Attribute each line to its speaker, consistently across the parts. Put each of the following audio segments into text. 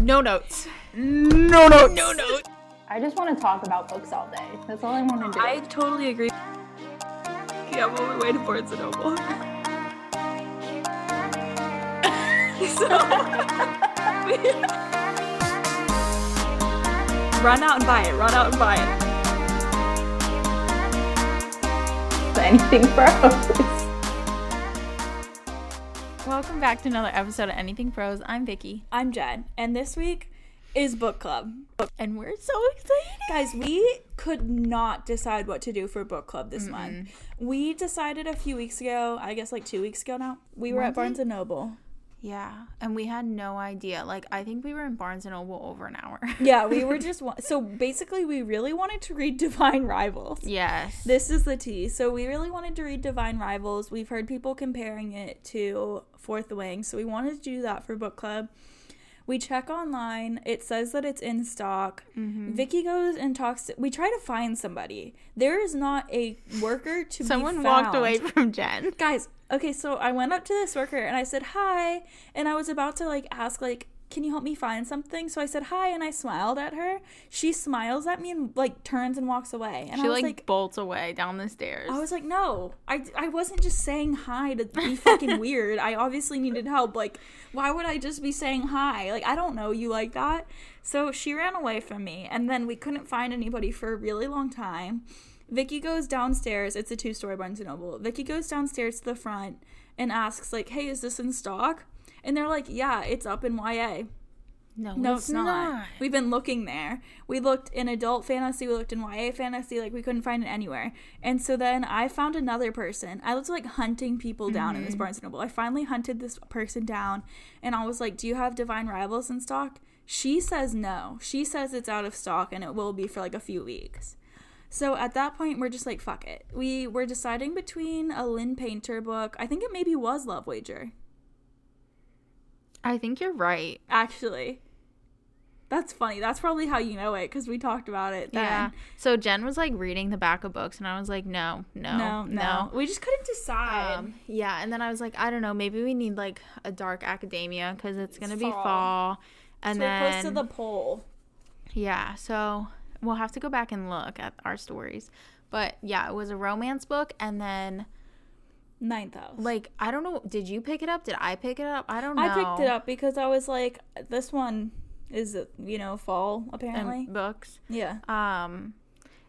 Speaker 1: No notes.
Speaker 2: No, no,
Speaker 1: No notes.
Speaker 3: I just want to talk about books all day. That's all I want to do.
Speaker 1: I totally agree. Yeah, I'm on my way to Barnes and Noble. so, run out and buy it. Run out and buy it.
Speaker 3: anything for us.
Speaker 4: Welcome back to another episode of Anything Pros. I'm Vicky,
Speaker 1: I'm Jen, and this week is book club.
Speaker 4: and we're so excited.
Speaker 1: Guys, we could not decide what to do for book club this month. We decided a few weeks ago, I guess like two weeks ago now, we were at Barnes and Noble.
Speaker 4: Yeah, and we had no idea. Like, I think we were in Barnes and Noble over an hour.
Speaker 1: Yeah, we were just wa- so basically we really wanted to read Divine Rivals.
Speaker 4: yes.
Speaker 1: This is the tea. So we really wanted to read Divine Rivals. We've heard people comparing it to Fourth Wing, so we wanted to do that for book club. We check online. It says that it's in stock.
Speaker 4: Mm-hmm.
Speaker 1: Vicky goes and talks. To, we try to find somebody. There is not a worker to
Speaker 4: Someone
Speaker 1: be
Speaker 4: walked
Speaker 1: found.
Speaker 4: away from Jen.
Speaker 1: Guys, okay, so I went up to this worker and I said hi, and I was about to like ask like, can you help me find something? So I said hi and I smiled at her. She smiles at me and like turns and walks away. And
Speaker 4: She
Speaker 1: I was
Speaker 4: like,
Speaker 1: like,
Speaker 4: bolts away down the stairs.
Speaker 1: I was like, no, I, I wasn't just saying hi to be fucking weird. I obviously needed help. Like, why would I just be saying hi? Like, I don't know you like that. So she ran away from me, and then we couldn't find anybody for a really long time. Vicky goes downstairs. It's a two story Barnes and Noble. Vicky goes downstairs to the front and asks, like, hey, is this in stock? And they're like, yeah, it's up in YA.
Speaker 4: no,
Speaker 1: No, it's, not. We've been looking there. We looked in adult fantasy, we looked in YA fantasy, like we couldn't find it anywhere. And so then I found another person. I was like hunting people down in this Barnes and Noble. I finally hunted this person down and I was like, Do you have Divine Rivals in stock? She says no. She says it's out of stock and it will be for like a few weeks. So at that point, we're just like, fuck it. We were deciding between a Lynn Painter book. I think it maybe was Love Wager,
Speaker 4: I think you're right.
Speaker 1: actually. That's funny. That's probably how you know it because we talked about it then.
Speaker 4: Yeah. So Jen was like reading the back of books, and I was like, no, no,
Speaker 1: No, no. We just couldn't decide.
Speaker 4: Um, yeah, and then I was like, I don't know, maybe we need like a dark academia because it's gonna be
Speaker 1: fall.
Speaker 4: fall, and
Speaker 1: so we
Speaker 4: then
Speaker 1: posted the poll.
Speaker 4: yeah, so we'll have to go back and look at our stories. But yeah, it was a romance book, and then
Speaker 1: Ninth house.
Speaker 4: like I don't know, did you pick it up? Did I pick it up? I don't know.
Speaker 1: I picked it up because I was like, this one is, you know, fall, apparently.
Speaker 4: in books.
Speaker 1: yeah.
Speaker 4: Um,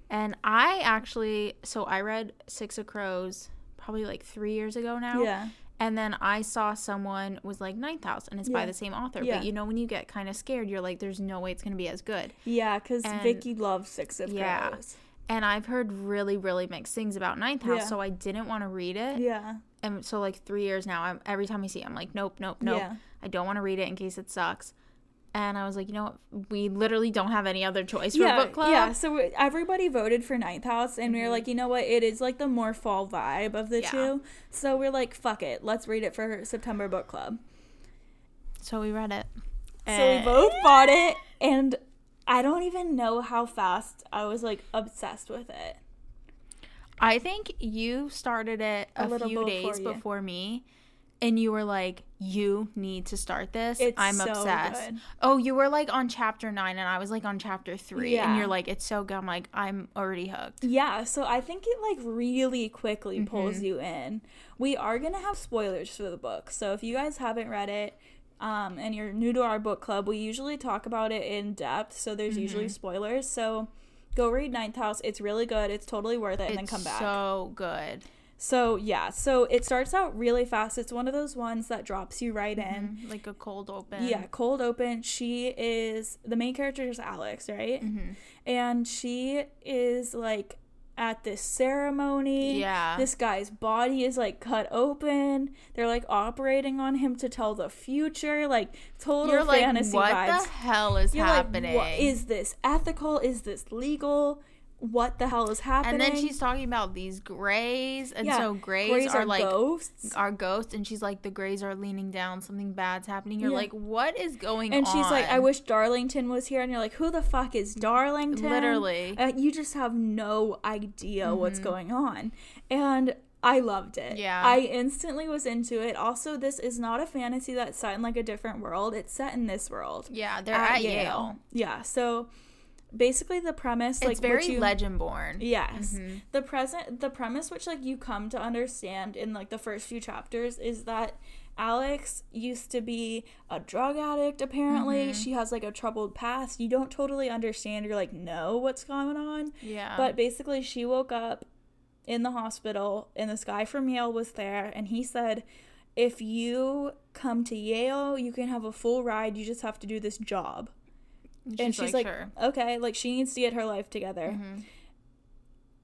Speaker 4: and I actually, so I read Six of Crows probably like three years ago now.
Speaker 1: Yeah.
Speaker 4: And then I saw someone was like Ninth House, and it's by
Speaker 1: Yeah.
Speaker 4: the same author.
Speaker 1: Yeah.
Speaker 4: But you know, when you get kind of scared, you're like, "There's no way it's gonna be as good."
Speaker 1: Yeah, because
Speaker 4: And-
Speaker 1: Vicky loves Six of
Speaker 4: Yeah.
Speaker 1: Crows.
Speaker 4: And I've heard really, really mixed things about Ninth House,
Speaker 1: Yeah.
Speaker 4: so I didn't want to read it.
Speaker 1: Yeah.
Speaker 4: And so, like three years now, I'm every time I see, it, I'm like, "Nope, nope, nope."
Speaker 1: Yeah.
Speaker 4: I don't want to read it in case it sucks. And I was like, you know what? We literally don't have any other choice for
Speaker 1: yeah,
Speaker 4: book club. Mm-hmm.
Speaker 1: yeah. So we- everybody voted for Ninth House, and we were like, you know what? It is like the more fall vibe of the
Speaker 4: Yeah.
Speaker 1: two. So we're like, fuck it, let's read it for September book club.
Speaker 4: So we read it.
Speaker 1: So
Speaker 4: Eh.
Speaker 1: we both bought it, and I don't even know how fast I was like obsessed with it.
Speaker 4: I think you started it
Speaker 1: A
Speaker 4: a,
Speaker 1: little
Speaker 4: few
Speaker 1: before
Speaker 4: days
Speaker 1: you.
Speaker 4: before me, and you were like, "You need to start this.
Speaker 1: It's
Speaker 4: I'm
Speaker 1: so
Speaker 4: obsessed."
Speaker 1: good.
Speaker 4: Oh, you were like on chapter nine, and I was like on chapter three,
Speaker 1: Yeah.
Speaker 4: and you're like, "It's so good." I'm like, "I'm already hooked."
Speaker 1: Yeah, so I think it like really
Speaker 4: Mm-hmm.
Speaker 1: quickly pulls you in. We are gonna have spoilers for the book, so if you guys haven't read it, um, and you're new to our book club, we usually talk about it in depth, so there's
Speaker 4: Mm-hmm.
Speaker 1: usually spoilers. So go read Ninth House; it's really good. It's totally worth it, and then
Speaker 4: It's
Speaker 1: come back.
Speaker 4: So good.
Speaker 1: so yeah, so it starts out really fast. It's one of those ones that drops you right in.
Speaker 4: Like a cold open.
Speaker 1: Yeah, cold open. She is the main character is Alex, right?
Speaker 4: Mm-hmm.
Speaker 1: And she is like at this ceremony.
Speaker 4: Yeah.
Speaker 1: This guy's body is like cut open. They're like operating on him to tell the future. Like total
Speaker 4: You're like,
Speaker 1: fantasy
Speaker 4: what
Speaker 1: vibes.
Speaker 4: the hell is
Speaker 1: You're like,
Speaker 4: happening?
Speaker 1: what is this ethical? Is this legal? What the hell is happening?
Speaker 4: and then she's talking about these grays, and
Speaker 1: Yeah,
Speaker 4: so grays,
Speaker 1: Grays
Speaker 4: are, like
Speaker 1: ghosts.
Speaker 4: are ghosts, and she's like, "The grays are leaning down. Something bad's happening." You're
Speaker 1: Yeah.
Speaker 4: like, "What is going
Speaker 1: And
Speaker 4: on?"
Speaker 1: she's like, I wish Darlington was here. And you're like, who the fuck is Darlington?
Speaker 4: Literally. Mm-hmm.
Speaker 1: Uh, you just have no idea what's going on. And I loved it.
Speaker 4: Yeah.
Speaker 1: I instantly was into it. Also, this is not a fantasy that's set in like a different world. It's set in this world.
Speaker 4: Yeah, they're at, Yale.
Speaker 1: Yeah. So basically the premise like
Speaker 4: it's very
Speaker 1: what you-
Speaker 4: legend born.
Speaker 1: Yes. The present the premise which like you come to understand in like the first few chapters is that Alex used to be a drug addict apparently. She has like a troubled past. You don't totally understand or like know what's going on.
Speaker 4: Yeah.
Speaker 1: But basically, she woke up in the hospital, and this guy from Yale was there, and he said, If you come to Yale, you can have a full ride. You just have to do this job. and she's like, Mm-hmm.
Speaker 4: sure.
Speaker 1: Okay, like she needs to get her life together.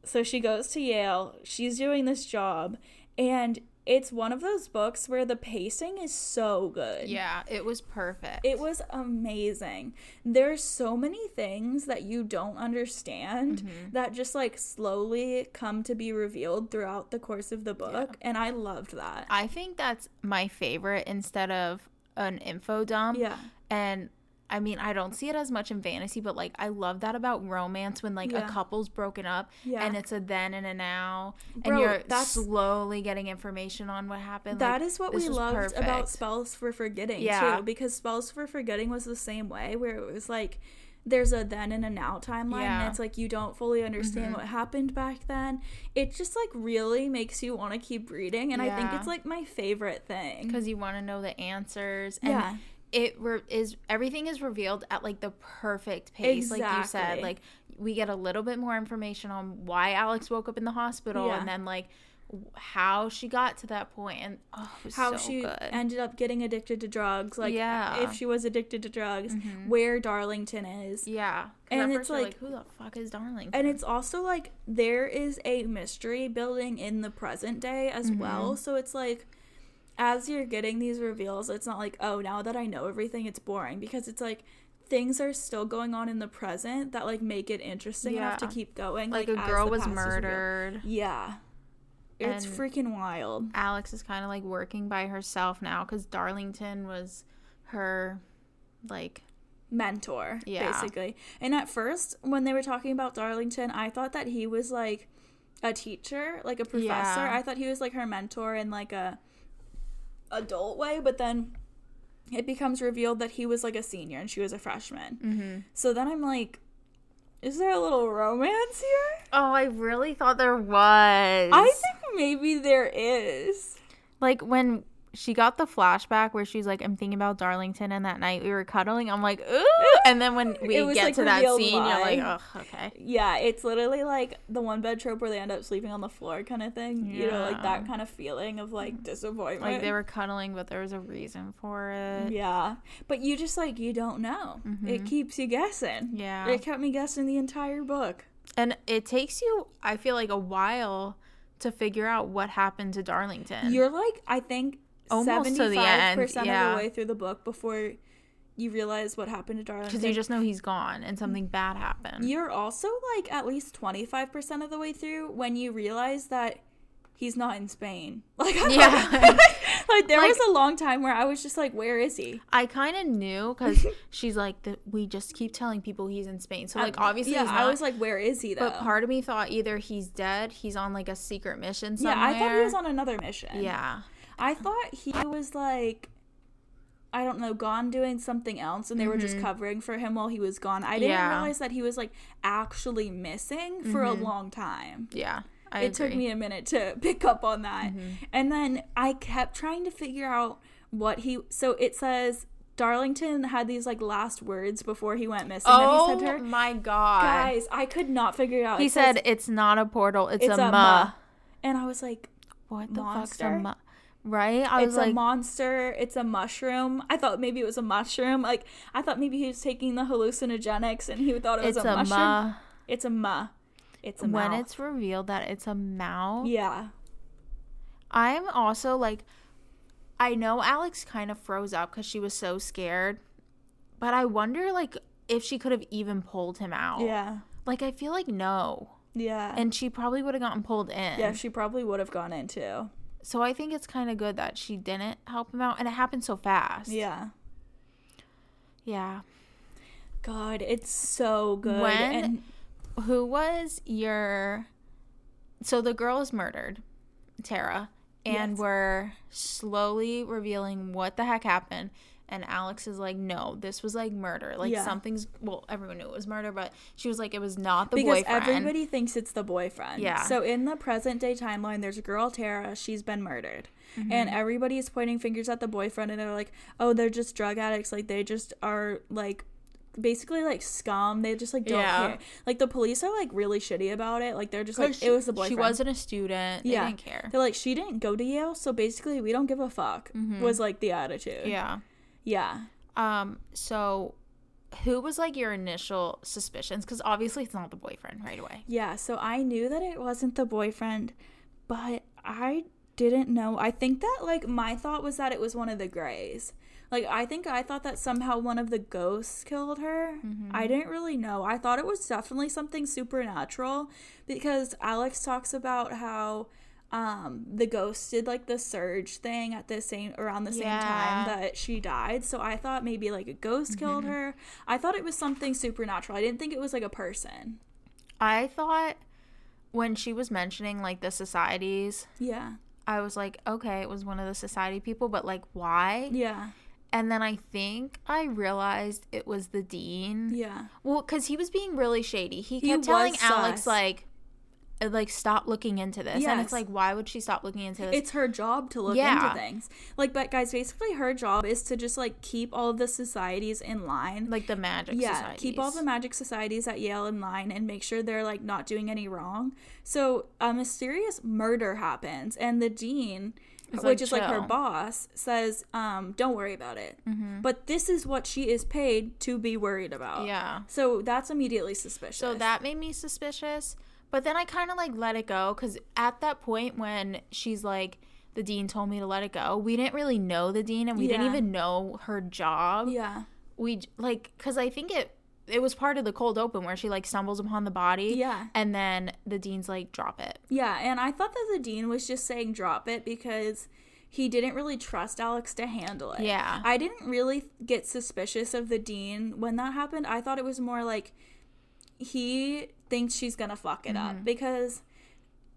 Speaker 1: So she goes to Yale. She's doing this job, and it's one of those books where the pacing is so good.
Speaker 4: Yeah, it was perfect.
Speaker 1: It was amazing. There's so many things that you don't understand that just like slowly come to be revealed throughout the course of the book, and I loved that.
Speaker 4: I think that's my favorite instead of an info dump.
Speaker 1: Yeah.
Speaker 4: And I mean, I don't see it as much in fantasy, but like I love that about romance when like
Speaker 1: Yeah.
Speaker 4: a couple's broken up
Speaker 1: Yeah.
Speaker 4: and it's a then and a now
Speaker 1: Bro,
Speaker 4: and you're
Speaker 1: that's-
Speaker 4: slowly getting information on what happened.
Speaker 1: That
Speaker 4: like,
Speaker 1: is what
Speaker 4: this
Speaker 1: we
Speaker 4: was
Speaker 1: loved about
Speaker 4: perfect.
Speaker 1: Spells for Forgetting
Speaker 4: Yeah.
Speaker 1: too, because Spells for Forgetting was the same way, where it was like there's a then and a now timeline,
Speaker 4: Yeah. Mm-hmm.
Speaker 1: and it's like you don't fully understand what happened back then. It just like really makes you want to keep reading, and I think
Speaker 4: Yeah.
Speaker 1: it's like my favorite thing.
Speaker 4: because you want to know the answers and
Speaker 1: Yeah.
Speaker 4: it re- is everything is revealed at like the perfect pace like you said
Speaker 1: Exactly.
Speaker 4: like we get a little bit more information on why alex woke up in the hospital
Speaker 1: Yeah.
Speaker 4: and then like w- how she got to that point and oh, it was
Speaker 1: how
Speaker 4: so
Speaker 1: she
Speaker 4: good.
Speaker 1: ended up getting addicted to drugs, like
Speaker 4: Yeah. Mm-hmm.
Speaker 1: if she was addicted to drugs, where Darlington is.
Speaker 4: yeah 'Cause
Speaker 1: and
Speaker 4: at
Speaker 1: it's
Speaker 4: first you're
Speaker 1: like-
Speaker 4: who the fuck is darling
Speaker 1: And it's also like there is a mystery building in the present day as
Speaker 4: Mm-hmm.
Speaker 1: well. So it's like as you're getting these reveals, it's not like, oh, now that I know everything, it's boring because it's like things are still going on in the present that like make it interesting enough to
Speaker 4: Yeah.
Speaker 1: keep going.
Speaker 4: like,
Speaker 1: as
Speaker 4: a girl
Speaker 1: the
Speaker 4: was
Speaker 1: past is revealed.
Speaker 4: murdered
Speaker 1: Yeah. It's
Speaker 4: And-
Speaker 1: freaking wild.
Speaker 4: alex is kind of like working by herself now because darlington was her like
Speaker 1: mentor,
Speaker 4: Yeah.
Speaker 1: basically. And at first, when they were talking about Darlington, I thought that he was like a teacher, like a professor.
Speaker 4: Yeah.
Speaker 1: I thought he was like her mentor in like a adult way, but then it becomes revealed that he was like a senior and she was a freshman.
Speaker 4: Mm-hmm.
Speaker 1: So then I'm like, is there a little romance here?
Speaker 4: oh i really thought there was
Speaker 1: I think maybe there is.
Speaker 4: like when she got the flashback where she's like, "I'm thinking about Darlington," and that night we were cuddling. I'm like, "Ooh!" And then when we
Speaker 1: It was,
Speaker 4: get
Speaker 1: like,
Speaker 4: to that
Speaker 1: revealed
Speaker 4: scene, you're like,
Speaker 1: why.
Speaker 4: "Oh, okay."
Speaker 1: Yeah, it's literally like the one bed trope where they end up sleeping on the floor kind of thing. You know, like
Speaker 4: Yeah.
Speaker 1: that kind of feeling of like disappointment.
Speaker 4: Like they were cuddling, but there was a reason for
Speaker 1: Mm-hmm.
Speaker 4: it.
Speaker 1: Yeah. But you just like you don't know. It keeps you guessing.
Speaker 4: Mm-hmm. Yeah.
Speaker 1: It kept me guessing the entire book.
Speaker 4: And it takes you, I feel like, a while to figure out what happened to Darlington.
Speaker 1: You're like I think
Speaker 4: Almost to
Speaker 1: seventy
Speaker 4: the
Speaker 1: five
Speaker 4: end,
Speaker 1: percent of
Speaker 4: yeah.
Speaker 1: the way through the book before you realize what happened to Darlington.
Speaker 4: because you just know he's gone and
Speaker 1: Mm-hmm.
Speaker 4: something bad happened.
Speaker 1: You're also like at least twenty five percent of the way through when you realize that he's not in Spain. Like I-
Speaker 4: Yeah.
Speaker 1: like there
Speaker 4: Like-
Speaker 1: was a long time where I was just like, Where is he?
Speaker 4: I kind of knew because she's like, the, we just keep telling people he's in Spain. So, like, obviously,
Speaker 1: Yeah,
Speaker 4: he's
Speaker 1: I
Speaker 4: not.
Speaker 1: was like, "Oh." Where is he though?
Speaker 4: but part of me thought either he's dead, he's on like a secret mission somewhere.
Speaker 1: yeah, I thought he was on another mission.
Speaker 4: Yeah.
Speaker 1: I thought he was like I don't know, gone doing something else and they were just covering for him while he was gone. I didn't
Speaker 4: Mm-hmm. Yeah.
Speaker 1: realize that he was like actually missing for a long time.
Speaker 4: Yeah. I Mm-hmm.
Speaker 1: It took me a minute to pick up on that. And then I kept trying to figure out what he so it says Darlington had these like last words before he went missing that he said to her.
Speaker 4: Oh my god.
Speaker 1: Guys, I could not figure it out.
Speaker 4: he
Speaker 1: It says,
Speaker 4: said it's not a portal, it's,
Speaker 1: it's
Speaker 4: a,
Speaker 1: a
Speaker 4: ma.
Speaker 1: ma. and I was like
Speaker 4: What the fuck's
Speaker 1: Monster?
Speaker 4: a ma? Right? I
Speaker 1: it's
Speaker 4: was like
Speaker 1: a monster. It's a mushroom. I thought maybe it was a mushroom. Like I thought maybe he was taking the hallucinogenics and he thought it was
Speaker 4: it's
Speaker 1: a,
Speaker 4: a,
Speaker 1: mushroom.
Speaker 4: ma.
Speaker 1: It's a ma. It's a
Speaker 4: When
Speaker 1: mouth.
Speaker 4: it's revealed that it's a mouth,
Speaker 1: yeah.
Speaker 4: I'm also like I know Alex kind of froze up cuz she was so scared, but I wonder like if she could have even pulled him out.
Speaker 1: Yeah.
Speaker 4: Like I feel like no.
Speaker 1: Yeah.
Speaker 4: Oh. And she probably would have gotten pulled in.
Speaker 1: yeah, she probably would have gone in too.
Speaker 4: So I think it's kind of good that she didn't help him out, and it happened so fast.
Speaker 1: Yeah.
Speaker 4: yeah.
Speaker 1: God, it's so good.
Speaker 4: When-
Speaker 1: and
Speaker 4: Who was your? So the girl is murdered. Tara and
Speaker 1: Yes.
Speaker 4: we're slowly revealing what the heck happened. And Alex is like, no, this was like murder. Like
Speaker 1: Yeah.
Speaker 4: something's well, everyone knew it was murder, but she was like, it was not the
Speaker 1: because
Speaker 4: boyfriend.
Speaker 1: everybody thinks it's the boyfriend.
Speaker 4: Yeah.
Speaker 1: So in the present day timeline, there's a girl Tara. She's been murdered,
Speaker 4: Mm-hmm.
Speaker 1: and everybody is pointing fingers at the boyfriend, and they're like, "Oh, they're just drug addicts. Like they just are like." Basically, like scum. They just like don't
Speaker 4: Yeah.
Speaker 1: care. Like the police are like really shitty about it. Like they're just like
Speaker 4: she,
Speaker 1: it was the boyfriend.
Speaker 4: She wasn't a student.
Speaker 1: Yeah.
Speaker 4: They didn't care.
Speaker 1: They're like she didn't go to Yale, so basically we don't give a fuck. Was like the attitude.
Speaker 4: Mm-hmm. Yeah.
Speaker 1: Yeah.
Speaker 4: Um. So, who was like your initial suspicions? Because obviously it's not the boyfriend right away.
Speaker 1: Yeah, so I knew that it wasn't the boyfriend, but I didn't know. I think that like my thought was that it was one of the Greys. Like I think I thought that somehow one of the ghosts killed her. I didn't really know. I thought it was definitely something supernatural because Alex talks about how um the ghost did like the surge thing at the same around the same time
Speaker 4: Yeah.
Speaker 1: that she died. So I thought maybe like a ghost killed her. I thought it was something supernatural. I didn't think it was like a person.
Speaker 4: I thought when she was mentioning like the societies,
Speaker 1: Yeah.
Speaker 4: I was like, okay, it was one of the society people, but like why?
Speaker 1: Yeah.
Speaker 4: And then I think I realized it was the dean.
Speaker 1: Yeah.
Speaker 4: Well, because he was being really shady. He
Speaker 1: He
Speaker 4: kept telling
Speaker 1: was
Speaker 4: Alex
Speaker 1: sus.
Speaker 4: like, uh, like stop looking into this, and
Speaker 1: Yes.
Speaker 4: it's like, why would she stop looking into this?
Speaker 1: It's her job to look
Speaker 4: Yeah.
Speaker 1: into things. Like, but guys, basically her job is to just like keep all the societies in line.
Speaker 4: like the magic.
Speaker 1: yeah,
Speaker 4: societies.
Speaker 1: keep all the magic societies at Yale in line and make sure they're like not doing any wrong. So a mysterious murder happens, and the dean, which
Speaker 4: like,
Speaker 1: is like her
Speaker 4: chill. Mm-hmm.
Speaker 1: boss, says, um, "Don't worry about it." But this is what she is paid to be worried about.
Speaker 4: Yeah.
Speaker 1: So that's immediately suspicious.
Speaker 4: So that made me suspicious. But then I kind of like let it go because at that point when she's like, the dean told me to let it go, we didn't really know the dean and we
Speaker 1: Yeah.
Speaker 4: didn't even know her job.
Speaker 1: Yeah.
Speaker 4: We j- like, because I think it. It was part of the cold open where she like stumbles upon the body.
Speaker 1: Yeah.
Speaker 4: And then the dean's like, drop it.
Speaker 1: Yeah, and I thought that the dean was just saying drop it because he didn't really trust Alex to handle it.
Speaker 4: Yeah.
Speaker 1: I didn't really get suspicious of the dean when that happened. I thought it was more like he thinks she's going to fuck it
Speaker 4: Mm-hmm.
Speaker 1: up because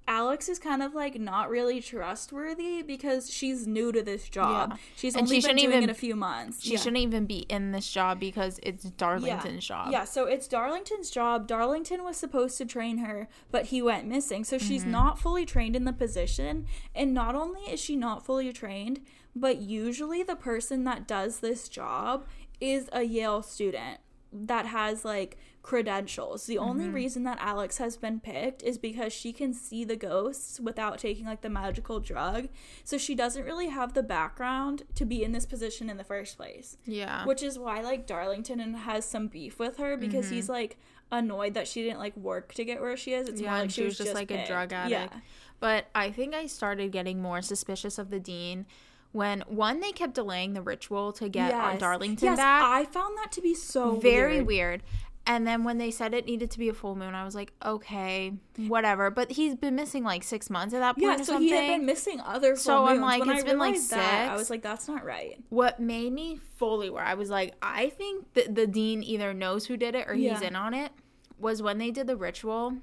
Speaker 1: Alex is kind of like not really trustworthy because she's new to this job.
Speaker 4: Yeah.
Speaker 1: She's
Speaker 4: And
Speaker 1: only
Speaker 4: she
Speaker 1: been
Speaker 4: shouldn't
Speaker 1: doing
Speaker 4: even-
Speaker 1: it a few months.
Speaker 4: She shouldn't even be in this job because it's Darlington's job.
Speaker 1: Yeah, so it's Darlington's job. Darlington was supposed to train her, but he went missing. So she's not fully trained in the position. And not only is she not fully trained, but usually the person that does this job is a Yale student that has like credentials. The only reason that Alex has been picked is because she can see the ghosts without taking like the magical drug. So she doesn't really have the background to be in this position in the first place
Speaker 4: Yeah.
Speaker 1: which is why like Darlington and has some beef with her because he's like annoyed that she didn't like work to get where she is. It's
Speaker 4: Mm-hmm. yeah,
Speaker 1: more like
Speaker 4: and she was just like a
Speaker 1: picked.
Speaker 4: drug addict.
Speaker 1: Yeah.
Speaker 4: But I think I started getting more suspicious of the dean when one they kept delaying the ritual to get our
Speaker 1: Yes.
Speaker 4: uh, Darlington
Speaker 1: yes,
Speaker 4: back.
Speaker 1: I found that to be so
Speaker 4: very
Speaker 1: weird.
Speaker 4: weird. And then when they said it needed to be a full moon, I was like, okay, whatever. But he's been missing like six months at that point
Speaker 1: Yeah,
Speaker 4: or
Speaker 1: so
Speaker 4: something.
Speaker 1: he had been missing other full
Speaker 4: So I'm
Speaker 1: moons.
Speaker 4: like,
Speaker 1: when
Speaker 4: it's
Speaker 1: I
Speaker 4: been, like,
Speaker 1: realized that, I
Speaker 4: six.
Speaker 1: was like, that's not right.
Speaker 4: what made me fully where I was like, I think that the dean either knows who did it or
Speaker 1: Yeah.
Speaker 4: he's in on it was when they did the ritual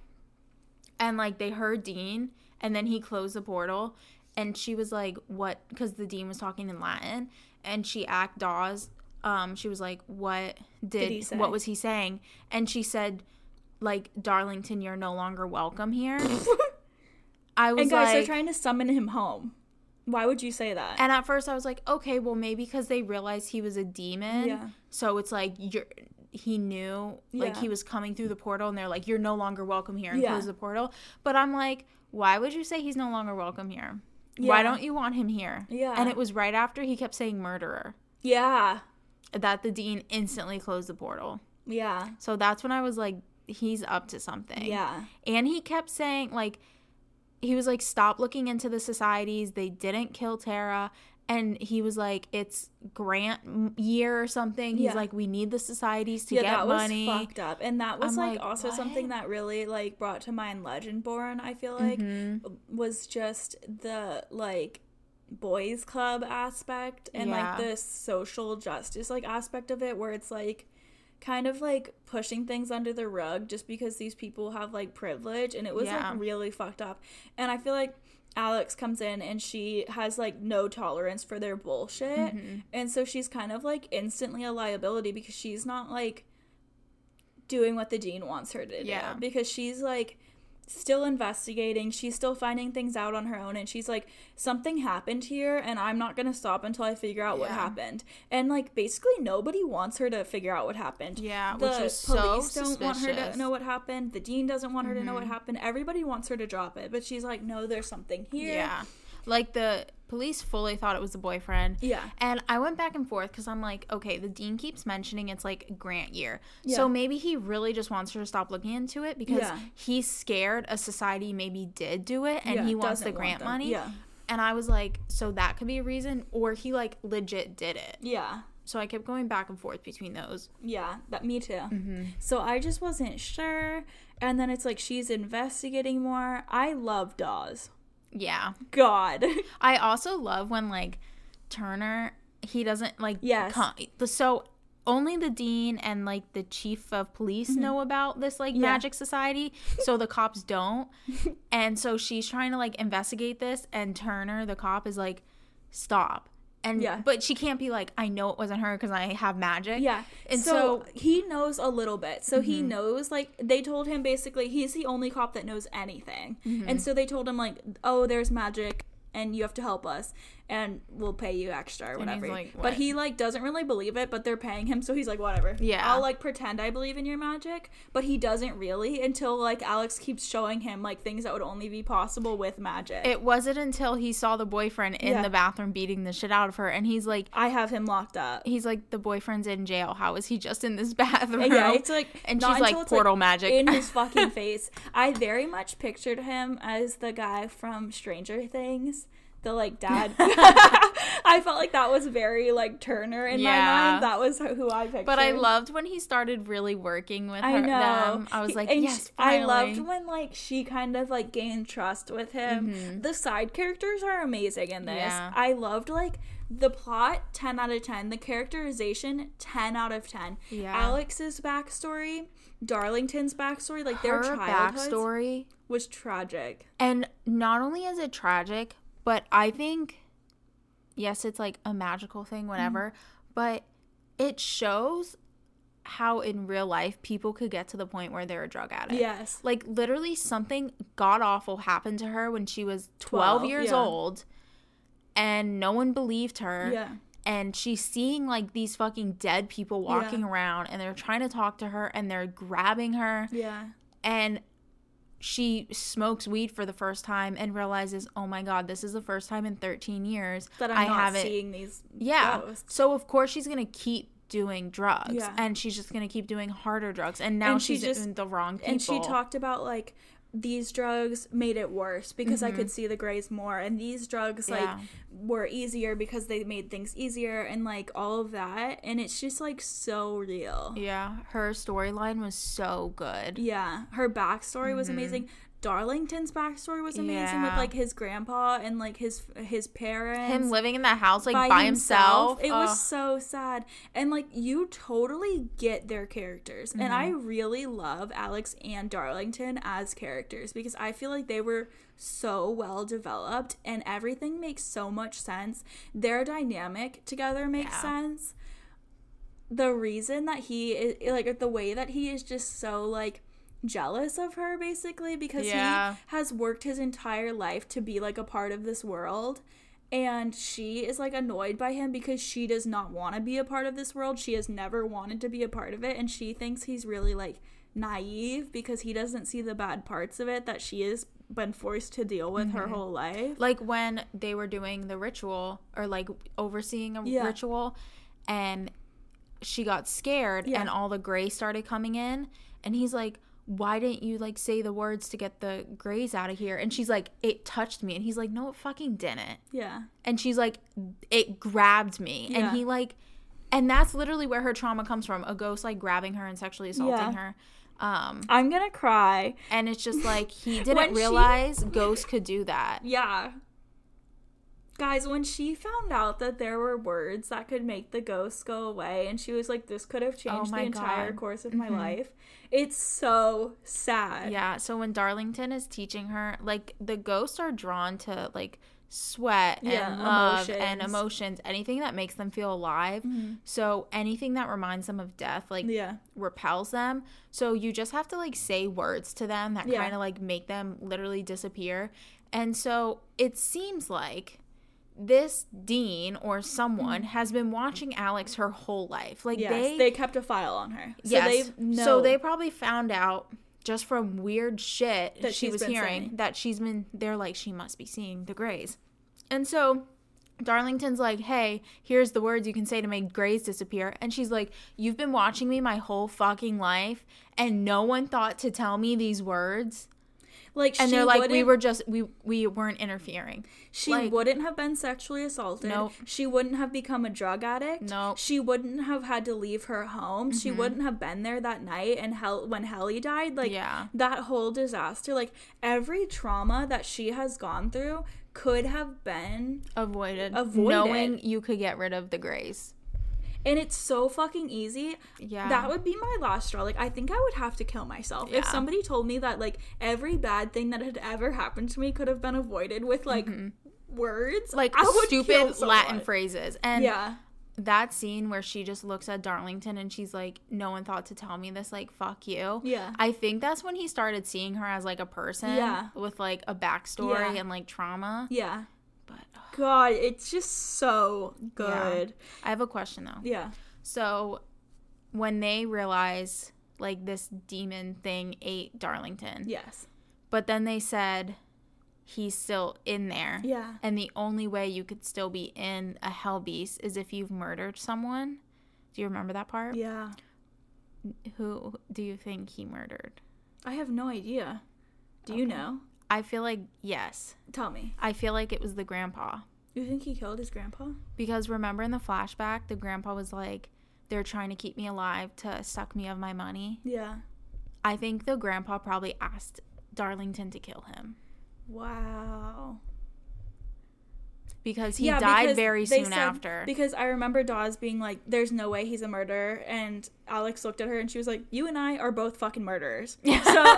Speaker 4: and like they heard Dean and then he closed the portal and she was like, What? Because the dean was talking in Latin and she act Dawes. Um, she was like, What did,
Speaker 1: he say?
Speaker 4: what was he saying? And she said, like, Darlington, you're no longer welcome here. I was
Speaker 1: And guys,
Speaker 4: like,
Speaker 1: they're trying to summon him home. Why would you say that?
Speaker 4: and at first, I was like, okay, well, maybe because they realized he was a demon.
Speaker 1: Yeah.
Speaker 4: So it's like you're. He knew, like
Speaker 1: Yeah.
Speaker 4: he was coming through the portal, and they're like, "You're no longer welcome here," and
Speaker 1: Yeah.
Speaker 4: close the portal. But I'm like, why would you say he's no longer welcome here? Why
Speaker 1: Yeah.
Speaker 4: don't you want him here?
Speaker 1: Yeah.
Speaker 4: And it was right after he kept saying "murderer"
Speaker 1: yeah,
Speaker 4: that the dean instantly closed the portal.
Speaker 1: yeah,
Speaker 4: So that's when I was like, he's up to something.
Speaker 1: yeah,
Speaker 4: And he kept saying, like, he was like, stop looking into the societies. They didn't kill Tara. And he was like, it's grant m- year or something. He's
Speaker 1: Yeah.
Speaker 4: like, we need the societies to
Speaker 1: yeah.
Speaker 4: get
Speaker 1: That
Speaker 4: money.
Speaker 1: was fucked up, and that was
Speaker 4: I'm
Speaker 1: like,
Speaker 4: like,
Speaker 1: also
Speaker 4: what?
Speaker 1: something that really like brought to mind Legendborn. I feel like
Speaker 4: Mhm.
Speaker 1: was just the like boys club aspect and
Speaker 4: Yeah.
Speaker 1: like the social justice like aspect of it where it's like kind of like pushing things under the rug just because these people have like privilege and it was
Speaker 4: Yeah.
Speaker 1: like really fucked up and i feel like Alex comes in and she has like no tolerance for their bullshit.
Speaker 4: Mm-hmm.
Speaker 1: And so she's kind of like instantly a liability because she's not like doing what the dean wants her to do.
Speaker 4: Yeah.
Speaker 1: Because she's like still investigating. She's still finding things out on her own. And she's like, something happened here and I'm not going to stop until I figure out what
Speaker 4: Yeah.
Speaker 1: happened. And like basically nobody wants her to figure out what happened.
Speaker 4: Yeah,
Speaker 1: The
Speaker 4: which is so
Speaker 1: police don't want her to
Speaker 4: suspicious. Mm-hmm.
Speaker 1: know what happened. The dean doesn't want her to know what happened. Everybody wants her to drop it, but she's like, no, there's something here.
Speaker 4: Yeah. Like the police fully thought it was the boyfriend.
Speaker 1: Yeah.
Speaker 4: And I went back and forth because I'm like, okay, the dean keeps mentioning it's like grant year.
Speaker 1: Yeah.
Speaker 4: So maybe he really just wants her to stop looking into it because
Speaker 1: Yeah.
Speaker 4: he's scared a society maybe did do it and
Speaker 1: Yeah,
Speaker 4: he wants
Speaker 1: doesn't want
Speaker 4: the grant
Speaker 1: them.
Speaker 4: money.
Speaker 1: Yeah.
Speaker 4: And I was like, so that could be a reason, or he like legit did it.
Speaker 1: Yeah.
Speaker 4: So I kept going back and forth between those.
Speaker 1: Yeah, that me too.
Speaker 4: Mm-hmm.
Speaker 1: So I just wasn't sure. And then it's like she's investigating more. I love Dawes.
Speaker 4: Yeah.
Speaker 1: God.
Speaker 4: I also love when like Turner he doesn't like
Speaker 1: Yes.
Speaker 4: con- so only the dean and like the chief of police
Speaker 1: Mm-hmm.
Speaker 4: know about this like magic society so the cops don't and so she's trying to like investigate this and Turner the cop is like stop and
Speaker 1: Yeah.
Speaker 4: but she can't be like I know it wasn't her cuz I have magic
Speaker 1: Yeah.
Speaker 4: and
Speaker 1: so, uh,
Speaker 4: so, Mm-hmm.
Speaker 1: he knows a little bit. So he knows, like, they told him basically he's the only cop that knows anything.
Speaker 4: Mm-hmm.
Speaker 1: And so they told him, like, oh, there's magic and you have to help us and we'll pay you extra or
Speaker 4: And he's
Speaker 1: whatever.
Speaker 4: like,
Speaker 1: But
Speaker 4: "What?"
Speaker 1: he, like, doesn't really believe it, but they're paying him. So he's like, whatever.
Speaker 4: Yeah.
Speaker 1: I'll, like, pretend I believe in your magic. But he doesn't really until, like, Alex keeps showing him, like, things that would only be possible with magic.
Speaker 4: it wasn't until he saw the boyfriend in
Speaker 1: Yeah.
Speaker 4: the bathroom beating the shit out of her and he's like
Speaker 1: I have him locked up.
Speaker 4: he's like the boyfriend's in jail how is he just in this bathroom
Speaker 1: Yeah, it's like
Speaker 4: and
Speaker 1: not
Speaker 4: she's like
Speaker 1: until it's,
Speaker 4: portal magic
Speaker 1: in his fucking face. I very much pictured him as the guy from Stranger Things, the like dad. I felt like that was very like Turner in my
Speaker 4: Yeah.
Speaker 1: mind. That was who I pictured.
Speaker 4: but i loved when he started really working with
Speaker 1: I
Speaker 4: her,
Speaker 1: know.
Speaker 4: them i was
Speaker 1: He-
Speaker 4: like
Speaker 1: and
Speaker 4: yes
Speaker 1: sh-
Speaker 4: finally.
Speaker 1: I loved when like she kind of like gained trust with him. The side characters are amazing in this.
Speaker 4: Mm-hmm. Yeah.
Speaker 1: I loved like the plot 10 out of 10, the characterization 10 out of 10.
Speaker 4: Yeah.
Speaker 1: Alex's backstory, Darlington's backstory, like their
Speaker 4: her
Speaker 1: childhood
Speaker 4: backstory
Speaker 1: was tragic.
Speaker 4: and not only is it tragic but i think yes it's like a magical thing whatever
Speaker 1: Mm-hmm.
Speaker 4: but it shows how in real life people could get to the point where they're a drug addict
Speaker 1: Yes.
Speaker 4: like literally something god awful happened to her when she was 12,
Speaker 1: 12,
Speaker 4: years
Speaker 1: yeah.
Speaker 4: old and no one believed her
Speaker 1: Yeah.
Speaker 4: and she's seeing like these fucking dead people walking around and they're trying to talk to her and they're grabbing her
Speaker 1: Yeah.
Speaker 4: and she smokes weed for the first time and realizes oh my god this is the first time in 13 years
Speaker 1: That I'm
Speaker 4: I
Speaker 1: not
Speaker 4: haven't
Speaker 1: seeing these
Speaker 4: yeah
Speaker 1: ghosts.
Speaker 4: so of course she's gonna keep doing drugs
Speaker 1: Yeah.
Speaker 4: and she's just gonna keep doing harder drugs and now
Speaker 1: And she
Speaker 4: she's
Speaker 1: just-
Speaker 4: in the wrong people
Speaker 1: and she talked about like these drugs made it worse because I could see the grays more, and these drugs like
Speaker 4: Mm-hmm. Yeah.
Speaker 1: were easier because they made things easier, and like all of that, and it's just like so real. Yeah,
Speaker 4: Yeah, her storyline was so good.
Speaker 1: her backstory was amazing. Darlington's backstory was amazing with
Speaker 4: Mm-hmm. Yeah.
Speaker 1: like his grandpa and like his his parents.
Speaker 4: Him living in that house like by, himself.
Speaker 1: It
Speaker 4: Ugh.
Speaker 1: was so sad. And like you totally get their characters. And I
Speaker 4: Mm-hmm.
Speaker 1: really love Alex and Darlington as characters because I feel like they were so well developed and everything makes so much sense. Their dynamic together makes
Speaker 4: Yeah.
Speaker 1: sense. The reason that he is like the way that he is just so like jealous of her basically because
Speaker 4: Yeah.
Speaker 1: he has worked his entire life to be like a part of this world and she is like annoyed by him because she does not want to be a part of this world. She has never wanted to be a part of it and she thinks he's really like naive because he doesn't see the bad parts of it that she has been forced to deal with her whole life.
Speaker 4: like when they were doing the ritual or like overseeing a
Speaker 1: Yeah.
Speaker 4: ritual and she got scared
Speaker 1: Yeah.
Speaker 4: and all the gray started coming in and he's like why didn't you like say the words to get the grays out of here and she's like it touched me and he's like no it fucking didn't
Speaker 1: Yeah.
Speaker 4: and she's like it grabbed me
Speaker 1: Yeah.
Speaker 4: and he like and that's literally where her trauma comes from a ghost like grabbing her and sexually assaulting
Speaker 1: Yeah.
Speaker 4: her um
Speaker 1: I'm going to cry.
Speaker 4: and it's just like he didn't
Speaker 1: When she-
Speaker 4: realize ghosts could do that
Speaker 1: Yeah. Guys, when she found out that there were words that could make the ghosts go away, and she was like, This could have changed
Speaker 4: Oh my
Speaker 1: the entire
Speaker 4: God. Mm-hmm.
Speaker 1: course of my life, it's so sad.
Speaker 4: Yeah, so when Darlington is teaching her, like the ghosts are drawn to like sweat
Speaker 1: Yeah,
Speaker 4: and love
Speaker 1: emotions.
Speaker 4: and
Speaker 1: Mm-hmm.
Speaker 4: emotions, anything that makes them feel alive. So anything that reminds them of death, like
Speaker 1: Yeah.
Speaker 4: repels them. So you just have to like say words to them that
Speaker 1: Yeah.
Speaker 4: kind of like make them literally disappear. And so it seems like this dean or someone has been watching Alex her whole life. Like
Speaker 1: Mm-hmm. Yes,
Speaker 4: they
Speaker 1: they, kept a file on her. So
Speaker 4: yes.
Speaker 1: they know.
Speaker 4: So they probably found out just from weird shit
Speaker 1: That
Speaker 4: that she
Speaker 1: she's
Speaker 4: was
Speaker 1: been
Speaker 4: hearing
Speaker 1: saying.
Speaker 4: that she's been. They're like she must be seeing the Greys, and so. Darlington's like, hey, here's the words you can say to make Greys disappear. And she's like, you've been watching me my whole fucking life, and no one thought to tell me these words.
Speaker 1: like
Speaker 4: And
Speaker 1: she
Speaker 4: they're like,
Speaker 1: wouldn't,
Speaker 4: we were just, we we weren't interfering.
Speaker 1: She
Speaker 4: like-
Speaker 1: wouldn't have been sexually assaulted.
Speaker 4: Nope.
Speaker 1: She wouldn't have become a drug addict.
Speaker 4: Nope. Mm-hmm.
Speaker 1: She wouldn't have had to leave her home. She wouldn't have been there that night and hell when Helly died. Like
Speaker 4: Yeah.
Speaker 1: that whole disaster. Like every trauma that she has gone through could have been
Speaker 4: Avoided.
Speaker 1: Avoided.
Speaker 4: Knowing you could get rid of the Greys.
Speaker 1: and it's so fucking easy.
Speaker 4: Yeah.
Speaker 1: That would be my last straw. Like I think I would have to kill myself if
Speaker 4: Yeah.
Speaker 1: somebody told me that like every bad thing that had ever happened to me could have been avoided with like words.
Speaker 4: Mm-hmm. Like
Speaker 1: I would kill
Speaker 4: stupid Latin
Speaker 1: someone.
Speaker 4: phrases. And
Speaker 1: Yeah.
Speaker 4: that scene where she just looks at Darlington and she's like, "No one thought to tell me this. Like, fuck you."
Speaker 1: Yeah.
Speaker 4: I think that's when he started seeing her as like a person.
Speaker 1: Yeah.
Speaker 4: With like a backstory
Speaker 1: Yeah.
Speaker 4: and like trauma.
Speaker 1: Yeah.
Speaker 4: But ugh.
Speaker 1: God, it's just so good.
Speaker 4: I have a question though.
Speaker 1: Yeah.
Speaker 4: So when they realize like this demon thing ate Darlington,
Speaker 1: Yes.
Speaker 4: but then they said he's still in there.
Speaker 1: Yeah.
Speaker 4: And the only way you could still be in a hell beast is if you've murdered someone. Do you remember that part?
Speaker 1: Yeah.
Speaker 4: Who do you think he murdered?
Speaker 1: I have no idea. Do you know?
Speaker 4: I feel like yes.
Speaker 1: Tell me.
Speaker 4: I feel like it was the grandpa
Speaker 1: You think he killed his grandpa?
Speaker 4: because remember in the flashback the grandpa was like they're trying to keep me alive to suck me of my money.
Speaker 1: Yeah.
Speaker 4: I think the grandpa probably asked Darlington to kill him
Speaker 1: Wow.
Speaker 4: because he
Speaker 1: Yeah,
Speaker 4: died
Speaker 1: because
Speaker 4: very
Speaker 1: they
Speaker 4: soon
Speaker 1: said-
Speaker 4: after.
Speaker 1: Because I remember Dawes being like, "There's no way he's a murderer," and Alex looked at her and she was like, "You and I are both fucking murderers." So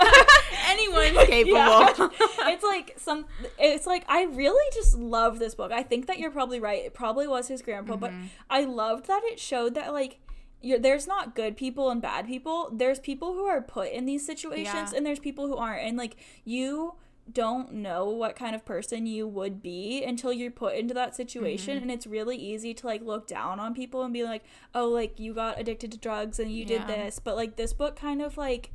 Speaker 4: anyone's capable.
Speaker 1: Yeah. it's like some it's like I really just love this book. I think that you're probably right. It probably was his grandpa, but
Speaker 4: Mm-hmm.
Speaker 1: I loved that it showed that like you're, there's not good people and bad people. There's people who are put in these situations
Speaker 4: Yeah.
Speaker 1: and there's people who aren't. And like you don't know what kind of person you would be until you're put into that situation
Speaker 4: Mm-hmm.
Speaker 1: and it's really easy to like look down on people and be like, "Oh, like you got addicted to drugs and you
Speaker 4: Yeah.
Speaker 1: did this." But like this book kind of like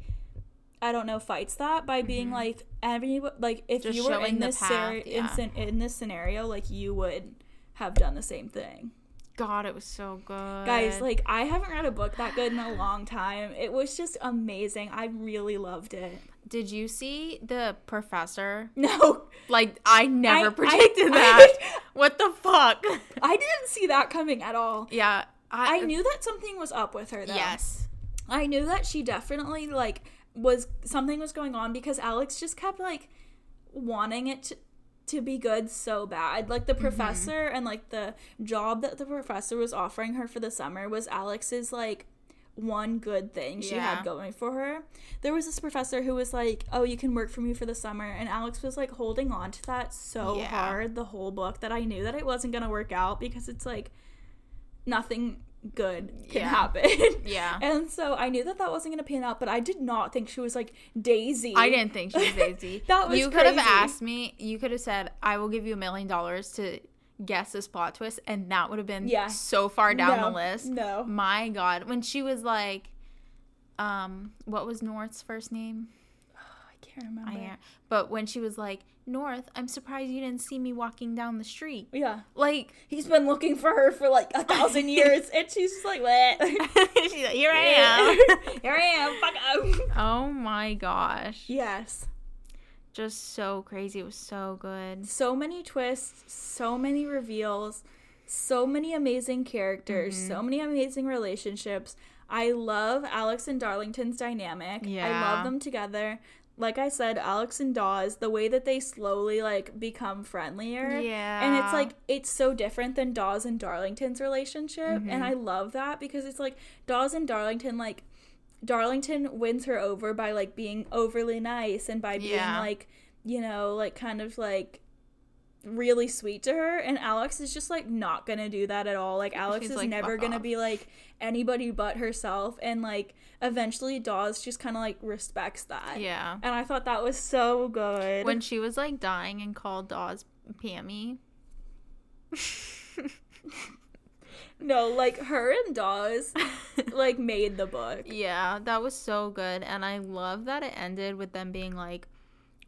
Speaker 1: I don't know, fights that by being like every like if
Speaker 4: Mm-hmm. Just
Speaker 1: you were
Speaker 4: showing
Speaker 1: in
Speaker 4: the
Speaker 1: this
Speaker 4: path,
Speaker 1: scer- in,
Speaker 4: yeah.
Speaker 1: scen- in this scenario, like you would have done the same thing.
Speaker 4: God, it was so good.
Speaker 1: Guys, like I haven't read a book that good in a long time. It was just amazing. I really loved it.
Speaker 4: did you see the professor?
Speaker 1: No,
Speaker 4: Like I never
Speaker 1: I-
Speaker 4: predicted
Speaker 1: I-
Speaker 4: that. what the fuck?
Speaker 1: I didn't see that coming at all.
Speaker 4: yeah,
Speaker 1: I knew that something was up with her though.
Speaker 4: Yes.
Speaker 1: I knew that she definitely like was something was going on because Alex just kept like wanting it to, to be good so bad. Like
Speaker 4: Mm-hmm.
Speaker 1: the professor and like the job that the professor was offering her for the summer was Alex's like one good thing she
Speaker 4: Yeah.
Speaker 1: had going for her. There was this professor who was like, "Oh, you can work for me for the summer." And Alex was like holding on to that so
Speaker 4: Yeah.
Speaker 1: hard the whole book that I knew that it wasn't going to work out because it's like nothing good can
Speaker 4: Yeah.
Speaker 1: happen.
Speaker 4: Yeah.
Speaker 1: And so I knew that that wasn't going to pan out, but I did not think she was like Daisy.
Speaker 4: I didn't think she was Daisy.
Speaker 1: That was
Speaker 4: you could have
Speaker 1: crazy.
Speaker 4: asked me. You could have said, "I will give you a million dollars to guess this plot twist," and that would have been
Speaker 1: Yeah.
Speaker 4: so far down
Speaker 1: No,
Speaker 4: the list. Mm.
Speaker 1: no.
Speaker 4: my God, when she was like, um, what was North's first name?
Speaker 1: I can't remember.
Speaker 4: I am. But when she was like, North, I'm surprised you didn't see me walking down the street.
Speaker 1: Yeah.
Speaker 4: Like,
Speaker 1: He's been looking for her for like a thousand years, and she's just like, what?
Speaker 4: she's like, here I am.
Speaker 1: Here I am. Fuck up.
Speaker 4: oh my gosh.
Speaker 1: Yes.
Speaker 4: Just so crazy. It was so good.
Speaker 1: So many twists, so many reveals, so many amazing characters,
Speaker 4: Mm-hmm.
Speaker 1: so many amazing relationships. I love Alex and Darlington's dynamic. I
Speaker 4: Yeah.
Speaker 1: love them together. like I said, Alex and Dawes, the way that they slowly like become friendlier. And it's
Speaker 4: Yeah.
Speaker 1: like it's so different than Dawes and Darlington's relationship.
Speaker 4: Mm-hmm.
Speaker 1: And I love that because it's like Dawes and Darlington, like Darlington wins her over by like being overly nice and by being
Speaker 4: Yeah.
Speaker 1: like, you know, like kind of like really sweet to her and Alex is just like not gonna do that at all. Like Alex
Speaker 4: She's
Speaker 1: is
Speaker 4: like,
Speaker 1: never
Speaker 4: "Fuck
Speaker 1: gonna
Speaker 4: off."
Speaker 1: be like anybody but herself and like eventually Dawes just kinda like respects that.
Speaker 4: Yeah.
Speaker 1: And I thought that was so good.
Speaker 4: When she was like dying and called Dawes Pammy.
Speaker 1: no, like her and Dawes like made the book.
Speaker 4: Yeah, that was so good. And I love that it ended with them being like,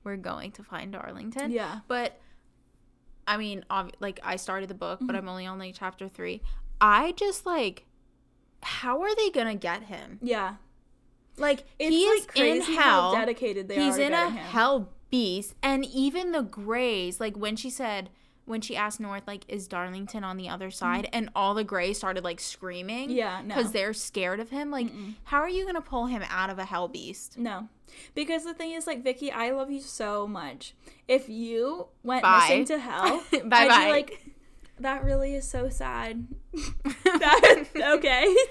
Speaker 4: we're going to find Darlington.
Speaker 1: Yeah.
Speaker 4: But I mean, ob- like, I started the book,
Speaker 1: Mm-hmm.
Speaker 4: but I'm only on like chapter three. I just like, how are they going to get him?
Speaker 1: Yeah.
Speaker 4: Like,
Speaker 1: It's
Speaker 4: he
Speaker 1: like
Speaker 4: is
Speaker 1: crazy
Speaker 4: in
Speaker 1: how
Speaker 4: hell.
Speaker 1: dedicated they
Speaker 4: He's
Speaker 1: are. to
Speaker 4: in a
Speaker 1: getting him.
Speaker 4: hell beast. And even the Greys, like, when she said, when she asked North, like, is Darlington on the other side? And all the Greys started, like, screaming.
Speaker 1: Mm-hmm. Yeah, no.
Speaker 4: Because they're scared of him. Like, how are you going to pull him out of a hell beast?
Speaker 1: No. Because the thing is, like, Vicky, I love you so much. If you went
Speaker 4: Bye.
Speaker 1: missing to hell,
Speaker 4: Bye-bye.
Speaker 1: I'd be like, that really is so sad. that, okay. Like,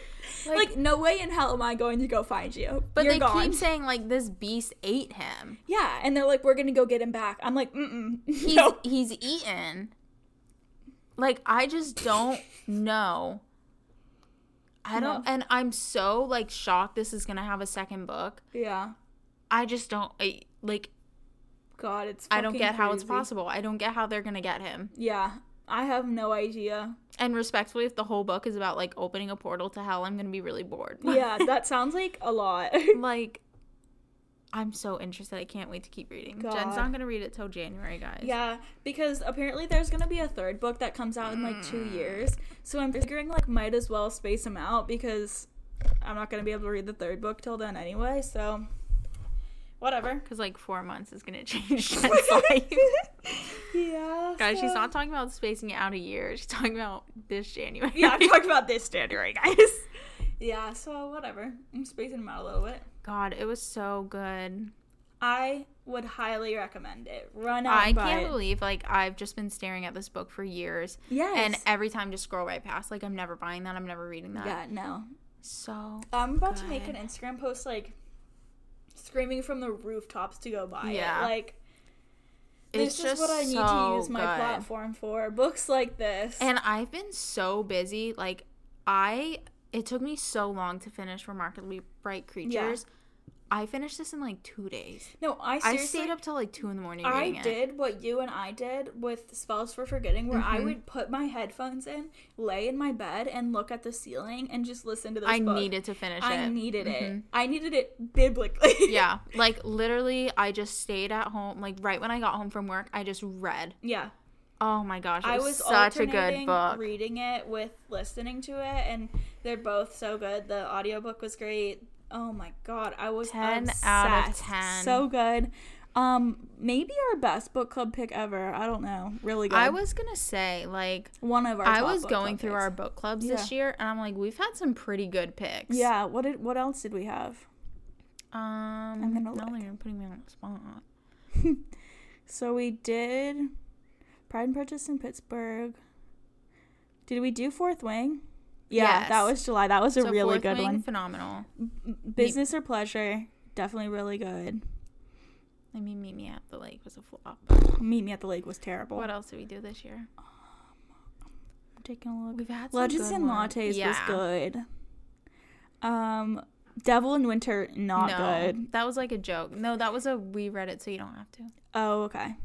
Speaker 4: Like-
Speaker 1: no way in hell am I going to go find you.
Speaker 4: But
Speaker 1: You're
Speaker 4: they
Speaker 1: gone.
Speaker 4: keep saying, like, this beast ate him.
Speaker 1: yeah, and they're like, we're going to go get him back. I'm like, mm-mm.
Speaker 4: He's,
Speaker 1: no.
Speaker 4: he's eaten. Like, I just don't know. I don't,
Speaker 1: No.
Speaker 4: and I'm so, like, shocked this is going to have a second book.
Speaker 1: Yeah.
Speaker 4: I just don't, I, like,
Speaker 1: God, it's
Speaker 4: I don't
Speaker 1: fucking
Speaker 4: get how it's
Speaker 1: crazy.
Speaker 4: possible. I don't get how they're gonna get him.
Speaker 1: Yeah. I have no idea.
Speaker 4: And respectfully, if the whole book is about like opening a portal to hell, I'm gonna be really bored.
Speaker 1: Yeah, that sounds like a lot.
Speaker 4: like I'm so interested. I can't wait to keep reading. Jen's
Speaker 1: God.
Speaker 4: not gonna read it till January, guys.
Speaker 1: Yeah, because apparently there's gonna be a third book that comes out in like two
Speaker 4: Hmm.
Speaker 1: years. So I'm figuring like might as well space them out because I'm not gonna be able to read the third book till then anyway. So whatever.
Speaker 4: Cause like four months is gonna change Jen's life.
Speaker 1: yeah.
Speaker 4: guys, she's
Speaker 1: so-
Speaker 4: not talking about spacing it out a year. She's talking about this January.
Speaker 1: Yeah, I'm talking about this January, guys. yeah. So whatever. I'm spacing them out a little bit.
Speaker 4: God, it was so good.
Speaker 1: I would highly recommend it. Run out.
Speaker 4: I
Speaker 1: and buy
Speaker 4: can't
Speaker 1: it.
Speaker 4: believe like I've just been staring at this book for years.
Speaker 1: Yes.
Speaker 4: And every time just scroll right past, like I'm never buying that, I'm never reading that.
Speaker 1: yeah. No.
Speaker 4: So
Speaker 1: I'm about to make
Speaker 4: Good.
Speaker 1: an Instagram post like screaming from the rooftops to go buy
Speaker 4: Yeah.
Speaker 1: it. Like
Speaker 4: It's
Speaker 1: this is what
Speaker 4: just
Speaker 1: I need
Speaker 4: so
Speaker 1: to use my
Speaker 4: good.
Speaker 1: platform for. Books like this.
Speaker 4: And I've been so busy. Like I it took me so long to finish Remarkably Bright Creatures. I finished this in like two days.
Speaker 1: no, I
Speaker 4: I
Speaker 1: seriously
Speaker 4: stayed up till like two in the morning
Speaker 1: I
Speaker 4: reading it.
Speaker 1: did what you and I did with Spells for Forgetting where
Speaker 4: Mm-hmm.
Speaker 1: I would put my headphones in, lay in my bed and look at the ceiling and just listen to this
Speaker 4: I
Speaker 1: book.
Speaker 4: needed to finish
Speaker 1: I
Speaker 4: it.
Speaker 1: needed
Speaker 4: Mhm.
Speaker 1: it. I needed it biblically.
Speaker 4: yeah. Like literally I just stayed at home. Like right when I got home from work, I just read.
Speaker 1: yeah.
Speaker 4: Oh my gosh. It
Speaker 1: I
Speaker 4: was,
Speaker 1: was
Speaker 4: such a good
Speaker 1: alternating
Speaker 4: book.
Speaker 1: reading it with listening to it, and they're both so good. The audiobook was great. Oh my god, I was
Speaker 4: 10
Speaker 1: obsessed.
Speaker 4: out of 10.
Speaker 1: So good. Um, maybe our best book club pick ever. I don't know. Really good.
Speaker 4: I was gonna say, like
Speaker 1: one of our.
Speaker 4: I
Speaker 1: top
Speaker 4: was
Speaker 1: book
Speaker 4: going
Speaker 1: club
Speaker 4: through
Speaker 1: picks.
Speaker 4: our book clubs this year and I'm like, we've had some pretty good picks.
Speaker 1: Yeah. What did? What else did we have?
Speaker 4: Um
Speaker 1: gonna
Speaker 4: now
Speaker 1: look.
Speaker 4: you're putting me on the spot.
Speaker 1: So we did Pride and Prejudice in Pittsburgh. Did we do Fourth Wing? Yeah, that
Speaker 4: Yes.
Speaker 1: was July. That was a
Speaker 4: So
Speaker 1: really
Speaker 4: Fourth
Speaker 1: good
Speaker 4: Wing,
Speaker 1: one.
Speaker 4: Phenomenal.
Speaker 1: Business or pleasure, definitely really good.
Speaker 4: I mean, Meet Me at the Lake was a flop.
Speaker 1: Meet Me at the Lake was terrible.
Speaker 4: What else did we do this year?
Speaker 1: I'm taking a look.
Speaker 4: We've had some
Speaker 1: Legends
Speaker 4: good
Speaker 1: and
Speaker 4: ones.
Speaker 1: Lattes was
Speaker 4: Yeah.
Speaker 1: good. Um, Devil in Winter not
Speaker 4: no,
Speaker 1: good.
Speaker 4: that was like a joke. No, that was a we read it so you don't have to.
Speaker 1: Oh okay.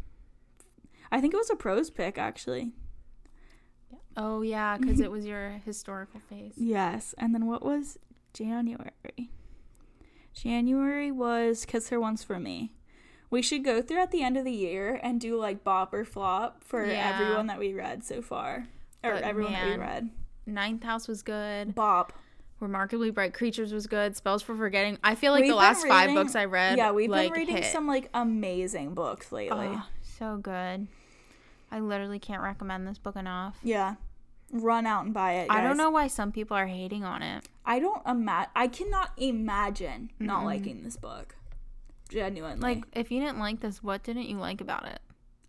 Speaker 1: I think it was a prose pick actually.
Speaker 4: Oh yeah, because it was your historical phase.
Speaker 1: Yes, and then what was January? January was Kiss Her Once for Me. We should go through at the end of the year and do like bop or flop for
Speaker 4: Yeah.
Speaker 1: everyone that we read so far, or
Speaker 4: But
Speaker 1: everyone that
Speaker 4: man.
Speaker 1: we read.
Speaker 4: Ninth House was good.
Speaker 1: Bop.
Speaker 4: Remarkably Bright Creatures was good. Spells for Forgetting. I feel like
Speaker 1: We've
Speaker 4: the
Speaker 1: been
Speaker 4: last five
Speaker 1: reading-
Speaker 4: books I read.
Speaker 1: Yeah, we've
Speaker 4: like,
Speaker 1: been reading
Speaker 4: hit.
Speaker 1: some like amazing books lately.
Speaker 4: Oh, so good. I literally can't recommend this book enough.
Speaker 1: Yeah. Run out and buy it.
Speaker 4: I don't
Speaker 1: guys.
Speaker 4: know why some people are hating on it.
Speaker 1: I don't imagine. I cannot imagine not liking this book. genuinely.
Speaker 4: Like, if you didn't like this, what didn't you like about it?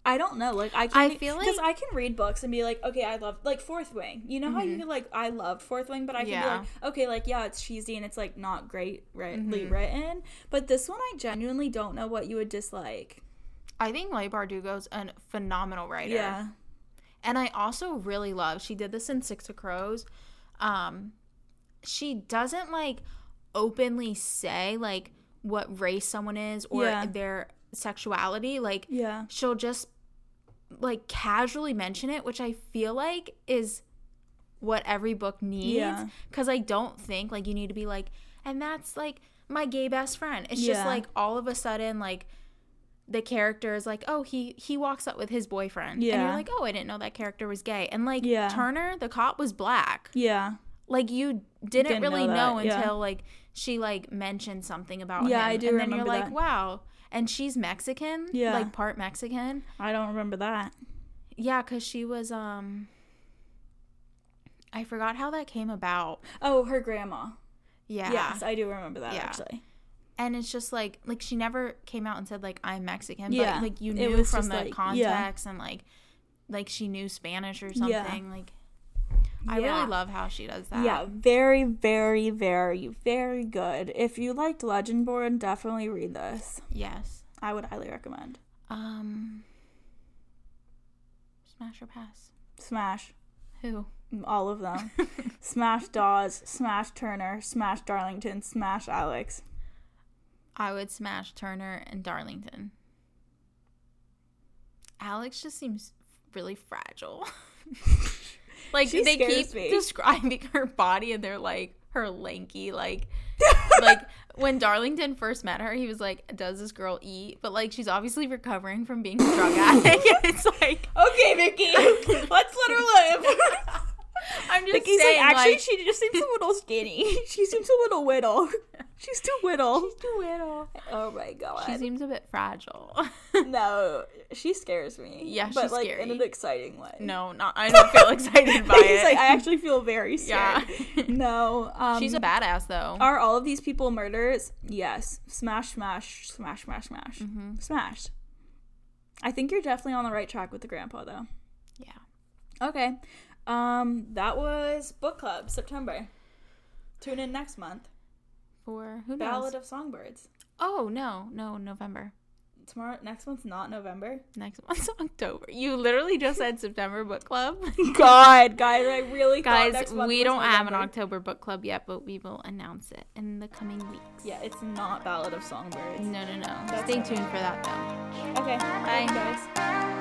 Speaker 1: I don't know. Like I,
Speaker 4: I
Speaker 1: can,
Speaker 4: feel
Speaker 1: because
Speaker 4: like-
Speaker 1: I can read books and be like, okay, I love like Fourth Wing. You know how you could like I loved Fourth Wing, but I can
Speaker 4: Mm-hmm. Yeah. Mm-hmm.
Speaker 1: be like, okay, like yeah, it's cheesy and it's like not great rightly written. But this one, I genuinely don't know what you would dislike.
Speaker 4: I think Leigh Bardugo's a phenomenal writer.
Speaker 1: Yeah,
Speaker 4: And I also really love she did this in Six of Crows. Um she doesn't like openly say like what race someone is or
Speaker 1: Yeah.
Speaker 4: their sexuality. Like
Speaker 1: yeah,
Speaker 4: she'll just like casually mention it, which I feel like is what every book needs.
Speaker 1: Yeah.
Speaker 4: Cause I don't think like you need to be like, and that's like my gay best friend. It's just
Speaker 1: Yeah.
Speaker 4: like all of a sudden like the character is like, oh, he he walks up with his boyfriend. And you're
Speaker 1: Yeah.
Speaker 4: like, oh, I didn't know that character was gay. And like
Speaker 1: Yeah.
Speaker 4: Turner, the cop was black.
Speaker 1: yeah,
Speaker 4: Like you didn't,
Speaker 1: Didn't
Speaker 4: really
Speaker 1: know
Speaker 4: know,
Speaker 1: that, yeah.
Speaker 4: until like she like mentioned something about
Speaker 1: Yeah,
Speaker 4: him.
Speaker 1: I do
Speaker 4: And then you're
Speaker 1: remember
Speaker 4: like,
Speaker 1: that.
Speaker 4: wow. And she's Mexican.
Speaker 1: Yeah.
Speaker 4: Like part Mexican.
Speaker 1: I don't remember that.
Speaker 4: Yeah, because she was um I forgot how that came about.
Speaker 1: Oh, her grandma.
Speaker 4: Yeah.
Speaker 1: Yes, I do remember that
Speaker 4: Yeah.
Speaker 1: actually.
Speaker 4: And it's just like like she never came out and said like I'm Mexican,
Speaker 1: Yeah.
Speaker 4: but like you
Speaker 1: It
Speaker 4: knew
Speaker 1: was
Speaker 4: from
Speaker 1: just,
Speaker 4: the
Speaker 1: like, yeah.
Speaker 4: context and like like she knew Spanish or something.
Speaker 1: Yeah.
Speaker 4: Like I
Speaker 1: Yeah.
Speaker 4: really love how she does that.
Speaker 1: Yeah, very, very, very, very good. If you liked Legend Born, definitely read this.
Speaker 4: Yes.
Speaker 1: I would highly recommend.
Speaker 4: Um Smash or pass.
Speaker 1: Smash
Speaker 4: Who?
Speaker 1: all of them. smash Dawes, smash Turner, smash Darlington, smash Alex.
Speaker 4: I would smash Turner and Darlington. Alex just seems really fragile. like
Speaker 1: She
Speaker 4: they
Speaker 1: scares
Speaker 4: keep
Speaker 1: me.
Speaker 4: describing her body and they're like her lanky like like when Darlington first met her, he was like, "Does this girl eat?" But like she's obviously recovering from being a drug addict. it's like
Speaker 1: Okay, Vicky, let's let her live.
Speaker 4: I'm just
Speaker 1: Vicky's like,
Speaker 4: saying,
Speaker 1: actually, she just seems a little skinny. she seems a little whittle. She's too whittle.
Speaker 4: too little.
Speaker 1: Oh my god.
Speaker 4: She seems a bit fragile.
Speaker 1: no, she scares me.
Speaker 4: Yeah,
Speaker 1: but
Speaker 4: she's
Speaker 1: like in
Speaker 4: scary.
Speaker 1: an exciting way.
Speaker 4: no, not. I don't feel excited by
Speaker 1: He's
Speaker 4: it.
Speaker 1: like, I actually feel very
Speaker 4: Yeah.
Speaker 1: scared. No. Um,
Speaker 4: she's a badass though.
Speaker 1: are all of these people murders? Yes. Smash, smash, smash, smash, smash,
Speaker 4: Mm-hmm.
Speaker 1: smash. I think you're definitely on the right track with the grandpa, though.
Speaker 4: yeah.
Speaker 1: Okay. Um, that was book club September. Tune in next month.
Speaker 4: For who knows?
Speaker 1: Ballad of Songbirds.
Speaker 4: Oh no, no, November.
Speaker 1: Tomorrow, next month's not November.
Speaker 4: Next month's October. You literally just said September book club.
Speaker 1: God, guys, I really thought
Speaker 4: Guys,
Speaker 1: next month
Speaker 4: we
Speaker 1: was
Speaker 4: don't have an
Speaker 1: November.
Speaker 4: October book club yet, but we will announce it in the coming weeks.
Speaker 1: Yeah, it's not Ballad of Songbirds.
Speaker 4: No, no, no.
Speaker 1: That's
Speaker 4: Stay
Speaker 1: okay.
Speaker 4: tuned for that though.
Speaker 1: Okay, bye, guys.
Speaker 4: Bye.